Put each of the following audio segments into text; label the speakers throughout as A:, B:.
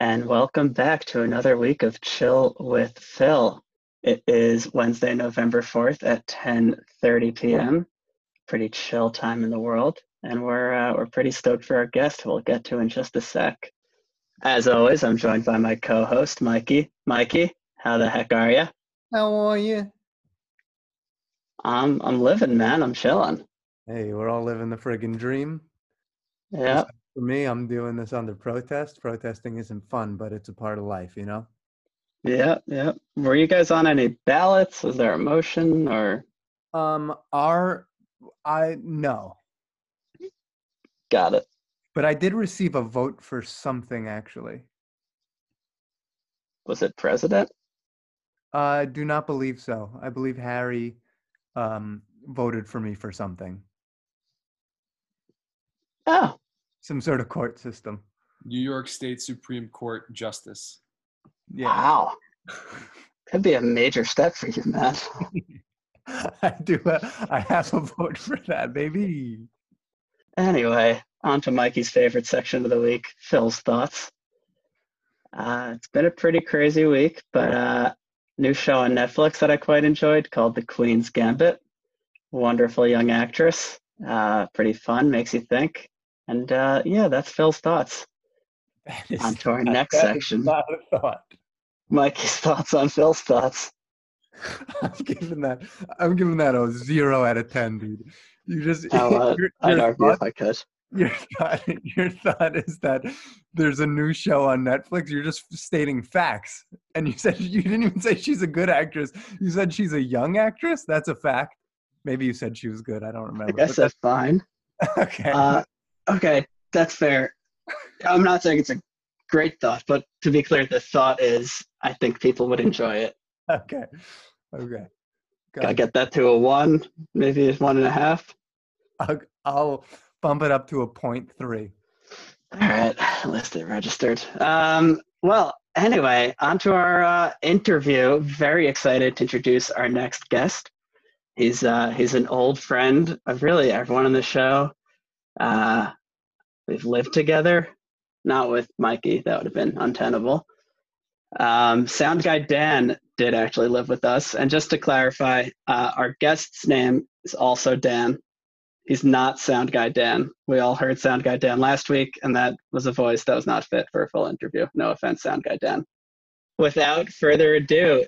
A: and welcome back to another week of Chill with Phil. It is Wednesday, November 4th at 10:30 p.m. Pretty chill time in the world, and we're uh, we're pretty stoked for our guest who we'll get to in just a sec. As always, I'm joined by my co-host Mikey. Mikey, how the heck are you?
B: How are you?
A: I'm I'm living, man. I'm chilling.
B: Hey, we're all living the friggin' dream.
A: Yeah,
B: For me, I'm doing this under protest. Protesting isn't fun, but it's a part of life, you know?
A: yeah, yeah. Were you guys on any ballots? Was there a motion or
B: Um, our, I, no.
A: got it?
B: But I did receive a vote for something, actually.
A: Was it president?
B: I Uh, do not believe so. I believe Harry um, voted for me for something,
A: Oh,
B: some sort of court system.
C: New York State Supreme Court Justice.
B: Yeah.
A: wow. Could be a major step for you, man.
B: I do. uh, I have a vote for that, baby.
A: Anyway, on to Mikey's favorite section of the week, Phil's thoughts. Uh, it's been a pretty crazy week, but uh, new show on Netflix that I quite enjoyed called The Queen's Gambit. Wonderful young actress, uh, pretty fun, makes you think. And uh, yeah, that's Phil's thoughts.
B: That is
A: On to our
B: not-
A: next
B: that is
A: section.
B: Not a thought.
A: Mikey's thoughts on Phil's thoughts.
B: I'm giving that. I'm giving that a zero out of ten, dude. You just
A: I'll, uh,
B: your,
A: I'd
B: your,
A: argue
B: thought,
A: if I could.
B: your thought your thought is that there's a new show on Netflix. You're just stating facts, and you said you didn't even say she's a good actress. You said she's a young actress. That's a fact. Maybe you said she was good. I don't
A: I
B: remember.
A: guess
B: but
A: that's fine.
B: that's okay.
A: Uh, okay, that's fair. I'm not saying it's a great thought, but to be clear, the thought is I think people would enjoy it.
B: okay. Okay.
A: I
B: Got it.
A: get that to a one, maybe a one and a half.
B: I'll, I'll bump it up to a point three.
A: All right, listed, registered. Um, well, anyway, on to our uh, interview. Very excited to introduce our next guest. He's uh, he's an old friend of really everyone on the show. Uh, we've lived together, not with Mikey. That would have been untenable. Um, sound guy Dan did actually live with us. And just to clarify, uh, our guest's name is also Dan. He's not Sound Guy Dan. We all heard Sound Guy Dan last week, and that was a voice that was not fit for a full interview. No offense, Sound Guy Dan. Without further ado,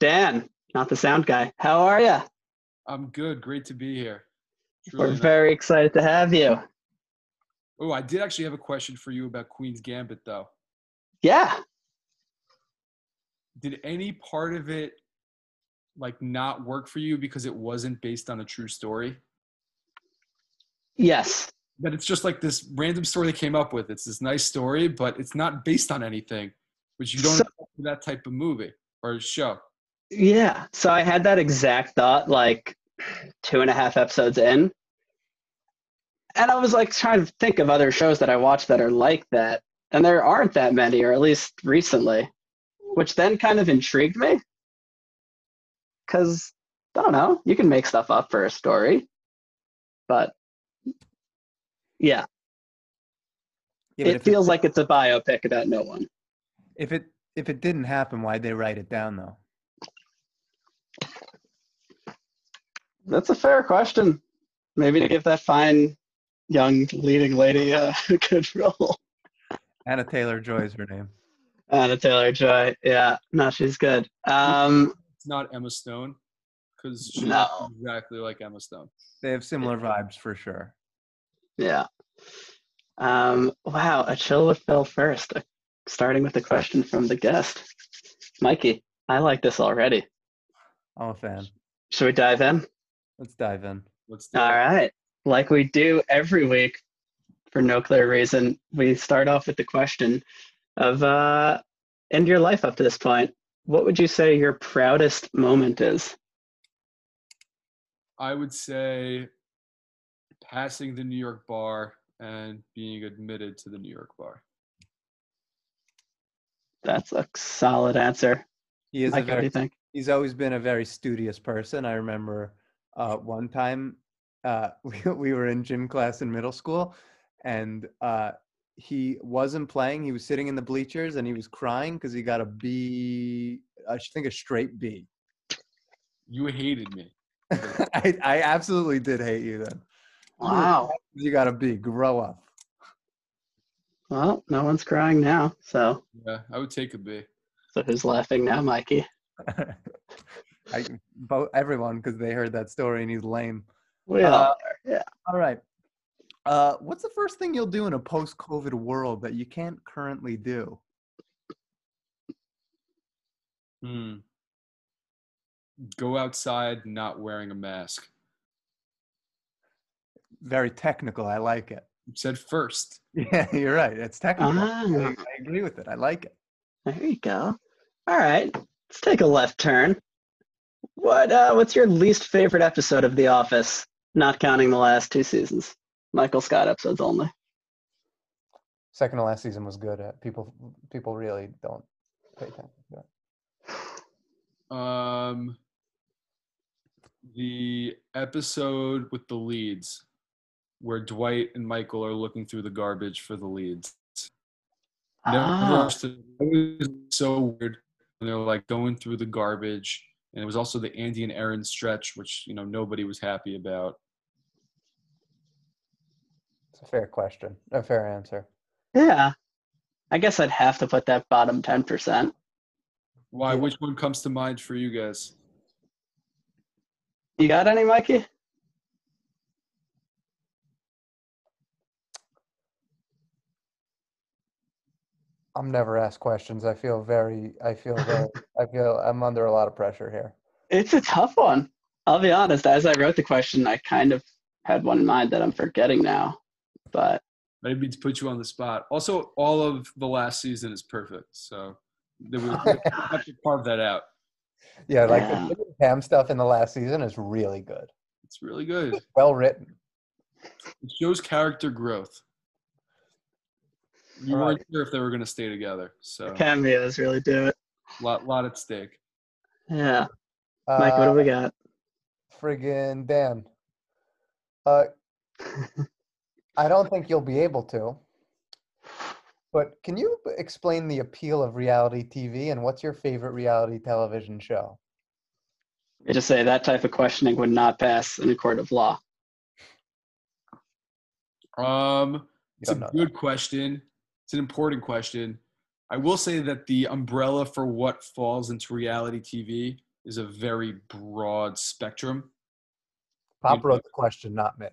A: Dan, not the Sound Guy, how are you?
C: I'm good. Great to be here. It's
A: We're
C: really nice.
A: very excited to have you.
C: Oh, I did actually have a question for you about Queen's Gambit, though.
A: Yeah.
C: Did any part of it like not work for you because it wasn't based on a true story?
A: Yes.
C: That it's just like this random story they came up with. It's this nice story, but it's not based on anything, which you don't
A: So-
C: expect for that type of movie or show.
A: Yeah. So I had that exact thought like two and a half episodes in. And I was like trying to think of other shows that I watch that are like that. And there aren't that many, or at least recently, which then kind of intrigued me. Because, I don't know, you can make stuff up for a story. But, yeah,
B: Yeah, but
A: it
B: if
A: feels like it's a biopic about no one.
B: If it if it didn't happen, why'd they write it down though?
A: That's a fair question. Maybe to give that fine young leading lady uh, a good role.
B: Anna Taylor Joy is her name.
A: Anna Taylor Joy. Yeah, no, she's good. Um,
C: It's not Emma Stone because she's
A: No.
C: exactly like Emma Stone.
B: They have similar vibes for sure.
A: yeah. Um, wow, a chill with Phil first, uh, starting with a question from the guest. Mikey, I like this already.
B: I'm a fan.
A: Should we dive in?
B: Let's dive in.
C: Let's do
A: All
C: it.
A: right. Like we do every week, for no clear reason, we start off with the question of uh, in your life up to this point, what would you say your proudest moment is?
C: I would say passing the New York bar and being admitted to the New York bar.
A: That's a solid answer.
B: He is a
A: Mike, what do
B: very
A: you think?
B: he's always been a very studious person. I remember uh, one time uh, we, we were in gym class in middle school, and uh, he wasn't playing. He was sitting in the bleachers and he was crying because he got a B, I should think a straight B.
C: You hated me.
B: I, I absolutely did hate you then.
A: Wow.
B: You got a B. Grow up.
A: Well, no one's crying now, so
C: Yeah, I would take a B.
A: so who's laughing now, Mikey?
B: I, both, everyone, because they heard that story and he's lame.
A: We
B: Uh,
A: all yeah.
B: All right. Uh, what's the first thing you'll do in a post-COVID world that you can't currently do?
C: Hmm. Go outside not wearing a mask.
B: Very technical. I like it.
C: You said first.
B: Yeah, you're right. It's technical. I,
A: Ah,
B: I agree with it. I like it.
A: there you go. All right, let's take a left turn. What uh, what's your least favorite episode of The Office? Not counting the last two seasons, Michael Scott episodes only.
B: Second to last season was good. At people, people really don't pay attention. To it.
C: Um, the episode with the leads, where Dwight and Michael are looking through the garbage for the leads. Never
A: Ah,
C: watched it. It was so weird. And they were like going through the garbage, and it was also the Andy and Aaron stretch, which you know nobody was happy about.
B: It's a fair question. A fair answer.
A: yeah. I guess I'd have to put that bottom ten percent.
C: Why?
B: Yeah.
C: Which one comes to mind for you guys?
A: You got any, Mikey?
B: I'm never asked questions. I feel very. I feel. Very, I feel. I'm under a lot of pressure here.
A: It's a tough one. I'll be honest. As I wrote the question, I kind of had one in mind that I'm forgetting now, but
C: I didn't mean to put you on the spot. Also, all of the last season is perfect, so they would have to carve that out.
B: Yeah, like
A: Yeah.
B: the Pam stuff in the last season is really good.
C: It's really good.
B: Well written.
C: It shows character growth. You
B: All
C: weren't sure if they were going to stay together, so
A: the cameos really do it.
C: lot lot at stake.
A: Yeah,
B: Uh,
A: Mike, what do we got?
B: friggin' Dan. Uh, I don't think you'll be able to. But can you explain the appeal of reality TV and what's your favorite reality television show?
A: Let me just say that type of questioning would not pass in a court of law.
C: Um,
B: You
C: it's a
B: don't know that.
C: good question. It's an important question. I will say that the umbrella for what falls into reality TV is a very broad spectrum.
B: Pop wrote the question, not me.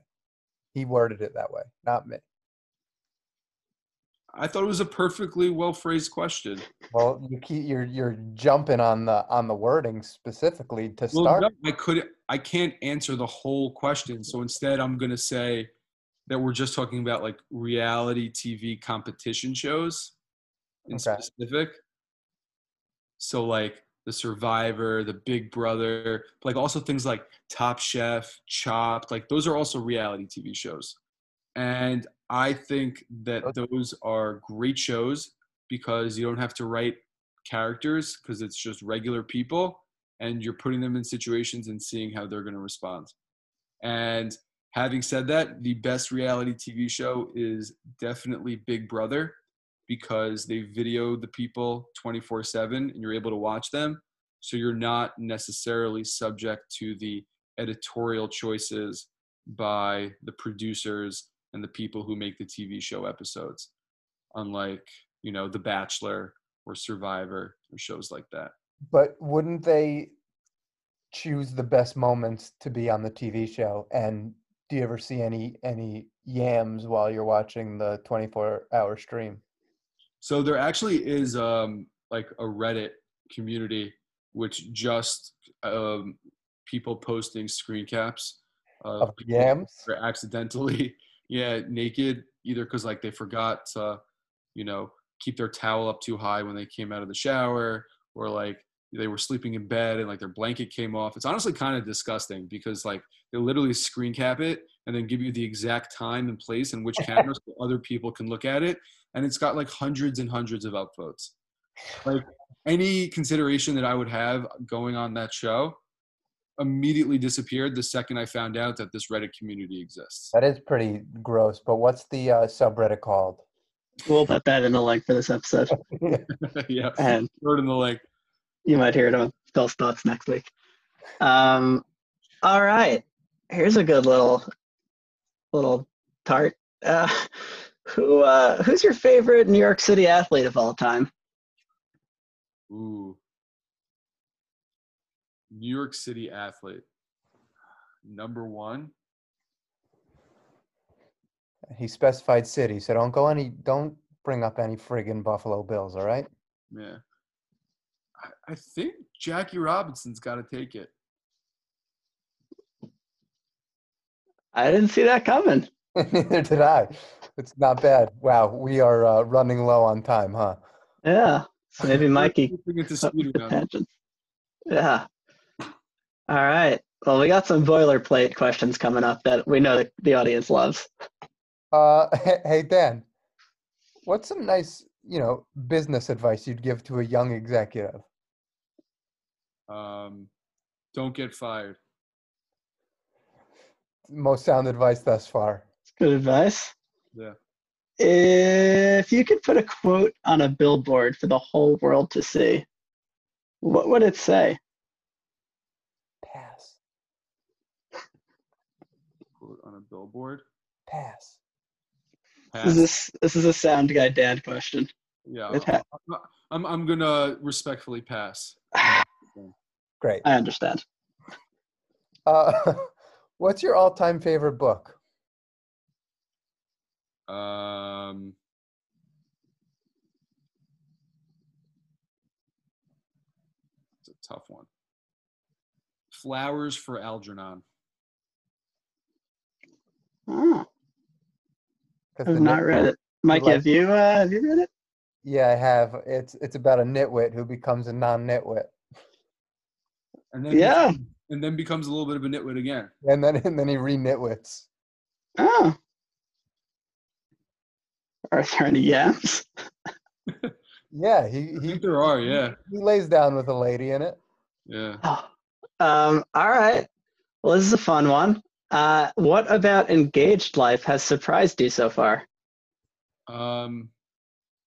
B: He worded it that way, not me.
C: I thought it was a perfectly well phrased question.
B: Well, you keep, you're you're jumping on the on the wording specifically to
C: Well,
B: start.
C: no, I could I can't answer the whole question, so instead I'm gonna say that we're just talking about like reality TV competition shows in
B: Okay.
C: specific. So like the Survivor, the Big Brother, like also things like Top Chef, Chopped, like those are also reality TV shows. And I think that those are great shows because you don't have to write characters because it's just regular people and you're putting them in situations and seeing how they're going to respond. And having said that, the best reality TV show is definitely Big Brother because they video the people 24 7 and you're able to watch them. So you're not necessarily subject to the editorial choices by the producers and the people who make the TV show episodes, unlike, you know, The Bachelor or Survivor or shows like that.
B: But wouldn't they choose the best moments to be on the TV show? And do you ever see any any yams while you're watching the 24 hour stream?
C: So there actually is um, like a Reddit community which just um, people posting screen caps of,
B: Of
C: people
B: yams?
C: who are accidentally yeah naked either because like they forgot to you know keep their towel up too high when they came out of the shower or like they were sleeping in bed and like their blanket came off. It's honestly kind of disgusting because like they literally screen cap it and then give you the exact time and place and which cameras so other people can look at it and it's got like hundreds and hundreds of upvotes. Like any consideration that I would have going on that show immediately disappeared the second I found out that this Reddit community exists.
B: That is pretty gross, but what's the uh, subreddit called?
A: We'll put that in the link for this episode,
C: yeah,
A: and
C: throw it in the link.
A: you might hear it on Phil's thoughts next week. Um, all right, here's a good little little tart. Uh, who uh, who's your favorite New York City athlete of all time?
C: Ooh. New York City athlete. Number one.
B: He specified city, so don't go any. Don't bring up any friggin' Buffalo Bills. All right.
C: Yeah. I, I think Jackie Robinson's got to take it.
A: I didn't see that coming.
B: Neither did I. It's not bad. Wow, we are uh, running low on time, huh?
A: Yeah, so maybe Mikey
C: Bring it to
A: Up
C: speed
A: the
C: round.
A: tangent. Yeah. All right. Well, we got some boilerplate questions coming up that we know that the audience loves.
B: Uh, hey Dan, what's some nice, you know, business advice you'd give to a young executive?
C: Um, don't get fired.
B: Most sound advice thus far.
A: It's good advice.
C: Yeah.
A: If you could put a quote on a billboard for the whole world to see, what would it say?
B: Pass.
C: Quote on a billboard.
B: Pass.
A: This
C: Pass.
A: is this this is a sound guy Dan question.
C: yeah.
A: It ha-
C: I'm, I'm going to respectfully pass.
B: Great.
A: I understand.
B: Uh, what's your all-time favorite book?
C: Um, it's a tough one. Flowers for Algernon.
A: Oh,
B: 'Cause
A: I've
B: the
A: not
B: nit-
A: read it. Mike,
B: like-
A: have you uh, have you read it?
B: Yeah, I have. It's it's about a nitwit who becomes a non-nitwit,
C: And then
A: Yeah.
C: and then becomes a little bit of a nitwit again.
B: and then and then he re-nitwits.
A: Oh. Are there any yams?
B: Yeah, he
C: I
B: he,
A: Mm-hmm.
C: think there are, yeah.
B: he lays down with a lady in it.
C: Yeah.
A: Oh, um, all right. Well, this is a fun one. Uh, what about engaged life has surprised you so far?
C: Um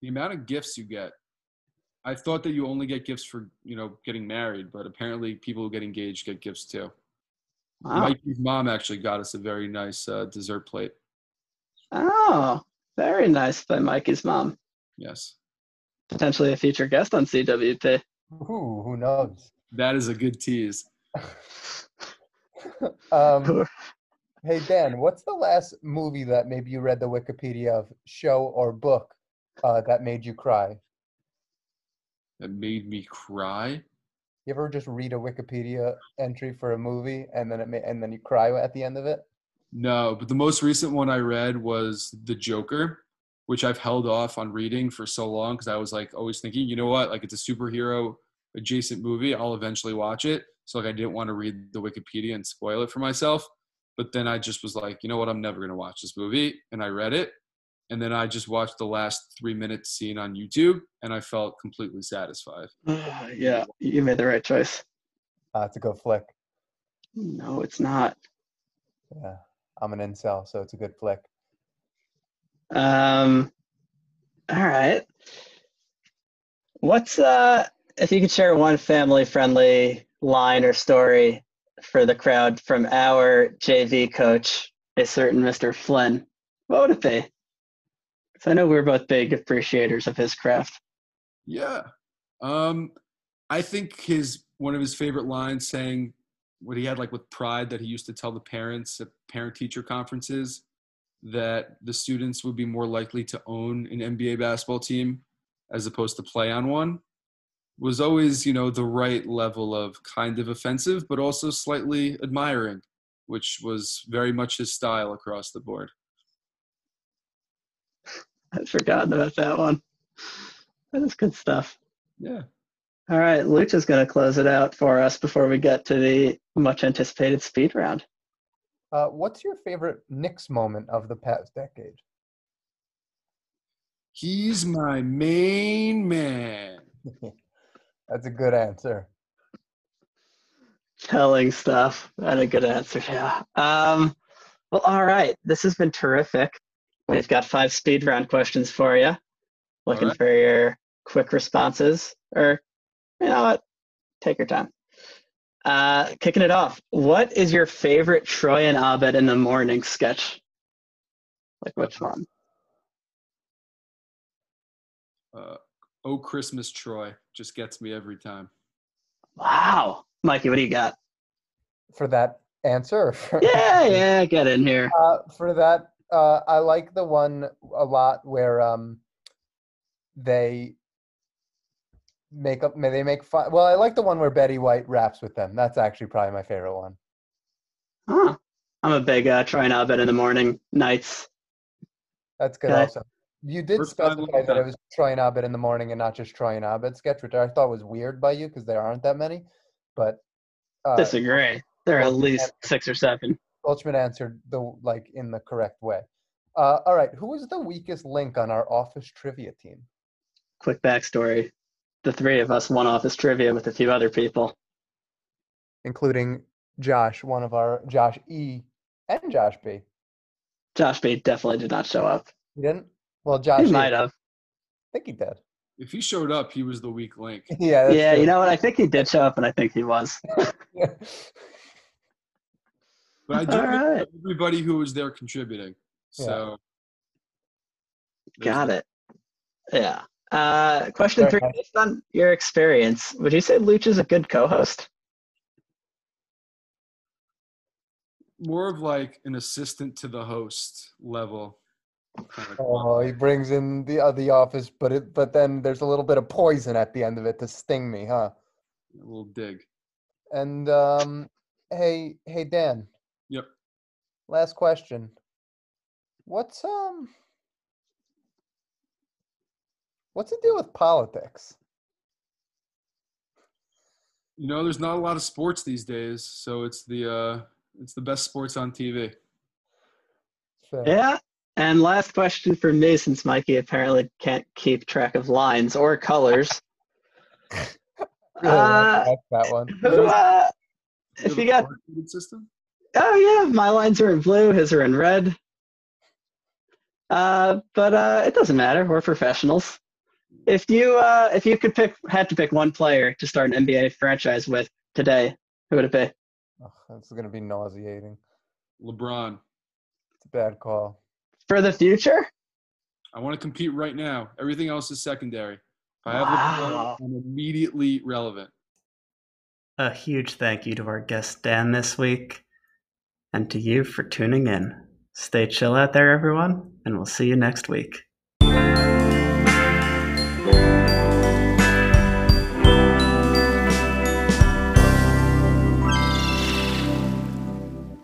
C: the amount of gifts you get. I thought that you only get gifts for, you know, getting married, but apparently people who get engaged get gifts too.
A: Wow.
C: Mikey's mom actually got us a very nice uh, dessert plate.
A: Oh, very nice by Mikey's mom.
C: Yes.
A: Potentially a future guest on CWP.
B: Ooh, who knows?
C: That is a good tease.
B: Um, hey Dan, what's the last movie that maybe you read the Wikipedia of show or book uh, that made you cry?
C: That made me cry.
B: You ever just read a Wikipedia entry for a movie and then it ma- and then you cry at the end of it?
C: No, but the most recent one I read was The Joker, which I've held off on reading for so long because I was like always thinking, you know what, like it's a superhero adjacent movie, I'll eventually watch it. So like I didn't want to read the Wikipedia and spoil it for myself. But then I just was like, you know what, I'm never gonna watch this movie. And I read it. And then I just watched the last three minute scene on YouTube and I felt completely satisfied.
A: Ah, yeah, you made the right choice.
B: Uh, it's a good flick.
A: No, it's not.
B: Yeah, I'm an incel, so it's a good flick.
A: Um, all right. What's uh if you could share one family friendly line or story for the crowd from our JV coach, a certain Mr. Flynn, what would it be? 'Cause I know we're both big appreciators of his craft.
C: Yeah. Um, I think his one of his favorite lines saying what he had like with pride that he used to tell the parents at parent teacher conferences that the students would be more likely to own an NBA basketball team as opposed to play on one was always, you know, the right level of kind of offensive but also slightly admiring, which was very much his style across the board.
A: I've forgotten about that one. That is good stuff.
C: Yeah.
A: All right, Luch is going to close it out for us before we get to the much anticipated speed round.
B: Uh, what's your favorite Knicks moment of the past decade?
C: He's my main man.
B: That's a good answer.
A: telling stuff. That's a good answer. Yeah. Um, well, all right. This has been terrific. We've got five speed round questions for you. Looking
C: right.
A: for your quick responses, or you know what? Take your time. Uh, kicking it off. What is your favorite Troy and Abed in the morning sketch? Like which one?
C: Uh, oh, Christmas, Troy just gets me every time.
A: Wow, Mikey, what do you got?
B: for that answer. or For,
A: Yeah, yeah, get in here.
B: Uh, for that, uh, I like the one a lot where um, they make up. May they make fun? Well, I like the one where Betty White raps with them. That's actually probably my favorite one.
A: Huh. I'm a big uh, Troy and Abed in the morning nights.
B: That's good.
A: Okay.
B: Also, you did
C: First time, long
B: specify that it
C: time.
B: was Troy and Abed in the morning and not just Troy and Abed sketch, which I thought was weird by you because there aren't that many. But uh,
A: Disagree. There are at least six or seven.
B: Welchman answered the like in the correct way. Uh, all right, who was the weakest link on our office trivia team?
A: Quick backstory: the three of us won office trivia with a few other people.
B: including Josh, one of our Josh E and Josh B.
A: Josh B definitely did not show up.
B: He didn't? Well, Josh,
A: He
B: E,
A: might uh
B: I
A: have.
B: think he did.
C: If he showed up, he was the weak link.
B: Yeah. that's
A: Yeah, you
B: true.
A: know what? I think he did show up, and I think he was.
C: But I do
A: All
C: remember
A: right.
C: everybody who was there contributing.
B: Yeah.
C: So
A: Got it. Yeah. Uh, question
B: Very
A: three:
B: nice.
A: Based on your experience, would you say Luch is a good co-host?
C: more of like an assistant to the host level. kind of
B: Oh, he brings in the uh, the office, but it but then there's a little bit of poison at the end of it to sting me, huh?
C: a little dig.
B: And um, hey, hey, Dan.
C: Yep.
B: Last question. What's um, what's the deal with politics?
C: You know, there's not a lot of sports these days, so it's the uh, it's the best sports on TV.
B: So-
A: Yeah. And last question for me, since Mikey apparently can't keep track of lines or colors.
B: Really
A: Uh,
B: like that one.
A: Who, uh,
C: Do
A: if
C: they
A: you got,
C: have a coordinated system,
A: oh yeah, my lines are in blue, his are in red. Uh, but uh, it doesn't matter. We're professionals. If you uh, if you could pick, had to pick one player to start an NBA franchise with today, who would it be?
B: Ugh, this is gonna be nauseating.
C: LeBron.
B: It's a bad call.
A: For the future?
C: I want to compete right now. Everything else is secondary. If I have
A: Wow.
C: LeBron, I'm immediately relevant.
D: A huge thank you to our guest Dan this week and to you for tuning in. Stay chill out there, everyone, and we'll see you next week.